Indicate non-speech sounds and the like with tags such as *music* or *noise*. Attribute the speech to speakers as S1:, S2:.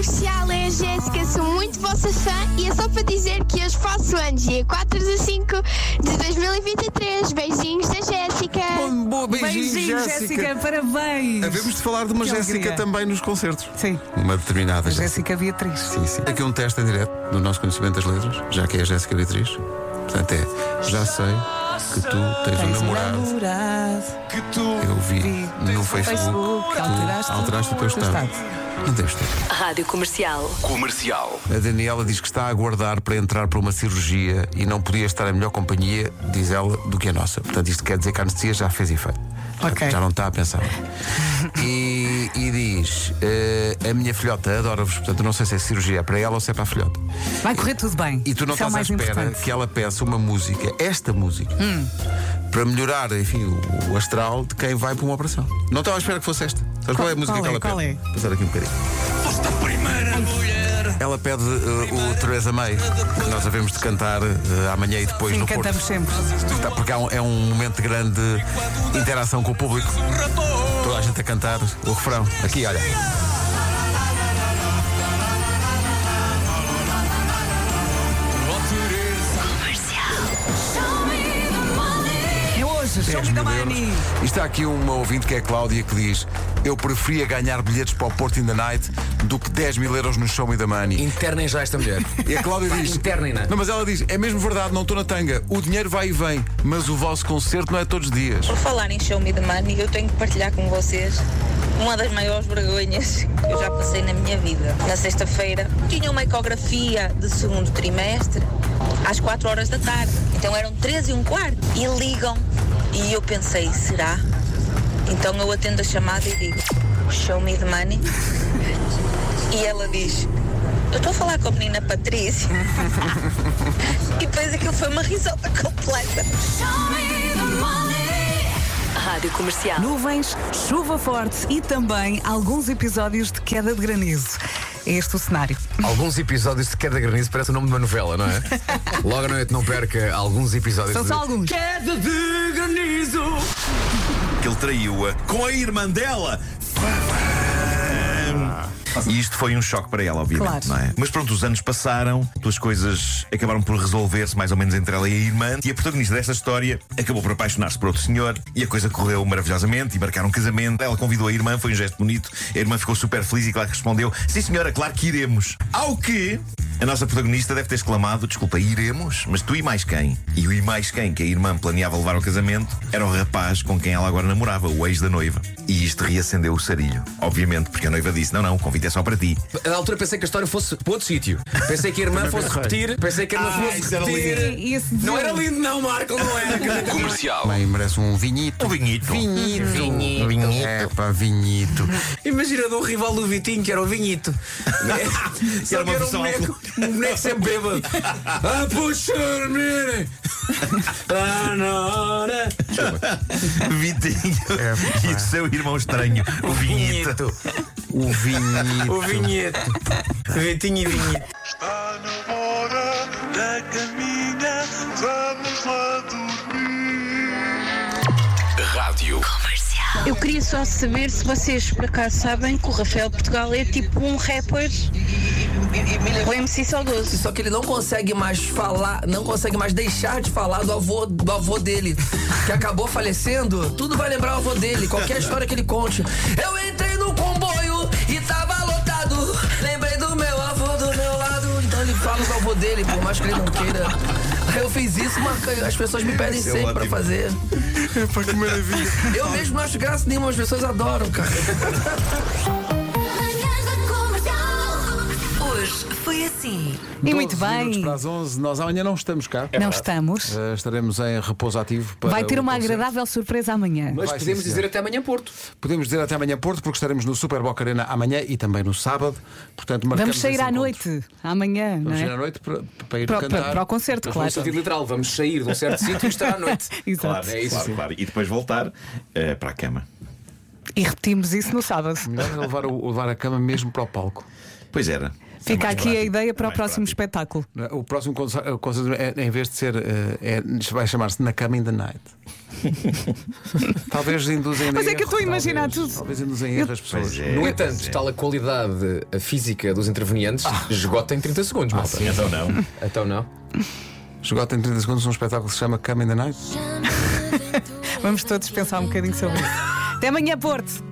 S1: assim.
S2: é Jéssica, sou muito vossa fã e é só para dizer que hoje faço anos, dia 4 de 5 de 2023. Beijinhos da Jéssica.
S3: Bom, boa, beijinho,
S4: Beijinho, Jéssica, parabéns.
S3: Havemos de falar de uma
S4: Que
S3: Jéssica
S4: alegria.
S3: também nos concertos.
S4: Sim,
S3: Uma determinada Jéssica.
S4: Jéssica Beatriz.
S3: Sim, sim. Aqui um teste em direto do nosso conhecimento das letras, já que é a Jéssica Beatriz. Portanto, é já sei que tu tens um namorado.
S5: que tu
S3: Eu vi
S4: vi
S3: no Facebook
S4: um Facebook
S3: que
S4: que alteraste
S3: tu alteraste o teu
S4: o teu
S3: estado. Não deves ter.
S1: Rádio Comercial.
S5: comercial.
S3: A Daniela diz que está a aguardar para entrar para uma cirurgia e não podia estar em melhor companhia, diz ela, do que a nossa. Portanto, isto quer dizer que a anestesia já fez efeito. Portanto,
S4: Ok.
S3: Já não está a pensar. E, e diz: eh, A minha filhota adora-vos, portanto, eu não sei se a cirurgia é para ela ou se é para a filhota.
S4: Vai correr tudo bem.
S3: E tu não
S4: Isso é o
S3: estás à
S4: mais
S3: espera
S4: importante. Hum.
S3: que ela peça uma música, esta música, para melhorar, enfim, o, o astral de quem vai para uma operação. Não estava à espera que fosse esta. Sabes qual, é a música
S4: qual
S3: que
S4: é,
S3: ela
S4: qual
S3: pede?
S4: é?
S3: Vou Passar aqui um bocadinho.
S5: Foste a primeira mulher.
S3: Ela pede eh, o Teresa May, que nós havemos de cantar eh, amanhã e depois
S4: Sim,
S3: no
S4: cantamos
S3: Porto.
S4: sempre.
S3: Está- Porque há um- é um momento de grande interação com o público. Toda a gente a cantar o refrão. Aqui, olha.
S4: E hoje, show
S3: 10
S4: me the
S3: mil
S4: money.
S3: euros. E está aqui uma ouvinte que é a Cláudia que diz: Eu preferia ganhar bilhetes para o Porto in the Night do que 10 mil euros no Show Me the Money.
S6: Internem já esta *laughs* mulher.
S3: E a
S4: *laughs*
S3: Cláudia diz:
S6: Internem-na.
S3: Não, mas ela diz: É mesmo verdade, não estou na tanga. O dinheiro vai e vem, mas o vosso concerto não é todos os dias.
S7: Por falar em Show Me the Money, eu tenho que partilhar com vocês uma das maiores vergonhas que eu já passei na minha vida. Na sexta-feira, tinha uma ecografia de segundo trimestre às 4 horas da tarde. Então eram 13 e um quarto. E ligam. E eu pensei, será? Então eu atendo a chamada e digo, Show Me the Money. E ela diz, eu estou a falar com a menina Patrícia. *laughs* e depois aquilo foi uma risota *laughs* completa.
S1: Rádio Comercial.
S4: Nuvens, chuva forte e também alguns episódios de queda de granizo. É este o cenário.
S6: Alguns episódios de Queda de Granizo parece o nome de uma novela, não
S4: *laughs*
S6: é? Logo à noite não perca alguns episódios.
S4: São
S6: de-
S4: só alguns.
S6: Queda de Granizo.
S5: Que ele traiu-a com a irmã dela. E isto foi um choque para ela,
S4: Claro.
S5: obviamente, não é? Mas pronto, os anos passaram, as coisas acabaram por resolver-se mais ou menos entre ela e a irmã, e a protagonista desta história acabou por apaixonar-se por outro senhor, e a coisa correu maravilhosamente, e marcaram um casamento. Ela convidou a irmã, foi um gesto bonito, a irmã ficou super feliz e claro que respondeu: Sim, senhora, claro que iremos. Ao que a nossa protagonista deve ter exclamado: Desculpa, iremos, mas tu e mais quem? E o e mais quem que a irmã planeava levar ao casamento era o rapaz com quem ela agora namorava, o ex da noiva. E isto reacendeu o sarilho, obviamente, porque a noiva disse: Não, não, o convite é só para ti.
S6: Na altura pensei que a história fosse para outro sítio. Pensei que a irmã fosse repetir. Pensei que a irmã
S5: Ah, isso
S6: fosse
S5: era
S6: repetir.
S4: E esse
S6: Não era lindo, não, Marco, não era.
S5: Comercial.
S3: Bem, merece um vinhito.
S5: Um vinhito.
S3: Vinhito.
S4: Um
S3: Vinhito. É, pá, vinhito.
S6: *laughs* Imagina de um rival do Vitinho, que era o *laughs* Vinhito.
S5: Que era uma versão
S6: *laughs* um boneco Ah, sempre *laughs* bêbado. A puxar, menina. *laughs* Ah, não, não.
S5: Vitinho *laughs*
S3: É,
S5: e o seu irmão estranho, o vinhito.
S3: O
S4: *laughs*
S3: vinhito.
S6: O *laughs* Vinheto. Vitinho e Vinheto.
S8: Está na hora da caminha, vamos lá dormir.
S7: Eu queria só saber se vocês por acaso sabem que o Rafael Portugal é tipo um rapper ou MC saudoso.
S9: Só que ele não consegue mais falar, não consegue mais deixar de falar do avô, do avô dele, que acabou falecendo. Tudo vai lembrar o avô dele, qualquer história que ele conte. Eu entrei no comboio e tava lotado. Lembrei do meu avô do meu lado. Então ele fala do avô dele, por mais que ele não queira. Eu fiz isso, mas as pessoas me pedem
S5: Esse é
S9: sempre pra
S5: ótimo.
S9: fazer.
S3: Pá, que maravilha.
S9: Eu mesmo não acho graça nenhuma, as pessoas adoram, cara.
S10: Manhãs da Comercial.
S1: Hoje foi assim.
S4: E muito
S3: 12 minutos
S4: bem.
S3: Para as 11, nós amanhã não estamos cá.
S4: Não estamos.
S3: Eh, estaremos em repouso ativo. Para
S4: Vai ter
S3: o
S4: uma
S3: concerto.
S4: agradável surpresa amanhã.
S3: Vai,
S6: Mas
S3: sim,
S6: podemos
S3: senhor.
S6: dizer até amanhã, Porto.
S3: Podemos dizer até amanhã Porto, porque estaremos no Super Boca Arena amanhã e também no sábado. Portanto, marcamos
S4: Vamos sair
S3: esse
S4: à
S3: encontro.
S4: noite, amanhã, não
S3: Vamos sair à
S4: é?
S3: noite para, para ir
S4: Para,
S3: cantar.
S4: para- para o concerto,
S6: Mas
S4: claro.
S6: no sentido literal, vamos sair de um certo sítio e estar à noite.
S4: *laughs* Exato.
S6: é isso.
S5: Claro, claro. E depois voltar eh, para a cama.
S4: E repetimos isso no sábado.
S3: Melhor é levar, o- levar a cama mesmo para o palco.
S5: Pois era.
S4: Fica
S3: mais
S4: aqui a
S3: prático,
S4: ideia
S3: é
S4: para o
S3: mais
S4: próximo espetáculo.
S3: Eh, O próximo conce- concerto, é- em vez de ser, eh, é- vai chamar-se Na Cama in the Night. talvez induzem
S4: Mas
S3: em
S4: é que eu estou a
S3: erro,
S4: imaginar
S3: talvez,
S4: tudo.
S3: Talvez induzem em erro as pessoas.
S9: no entanto, tal a qualidade a física dos intervenientes, esgota em 30 segundos, malta.
S3: Ah. sim. Então não.
S9: Então não.
S3: Esgota em 30 segundos um espetáculo que se chama Cama in the Night.
S4: Vamos todos pensar um bocadinho sobre isso. Até amanhã, Porto!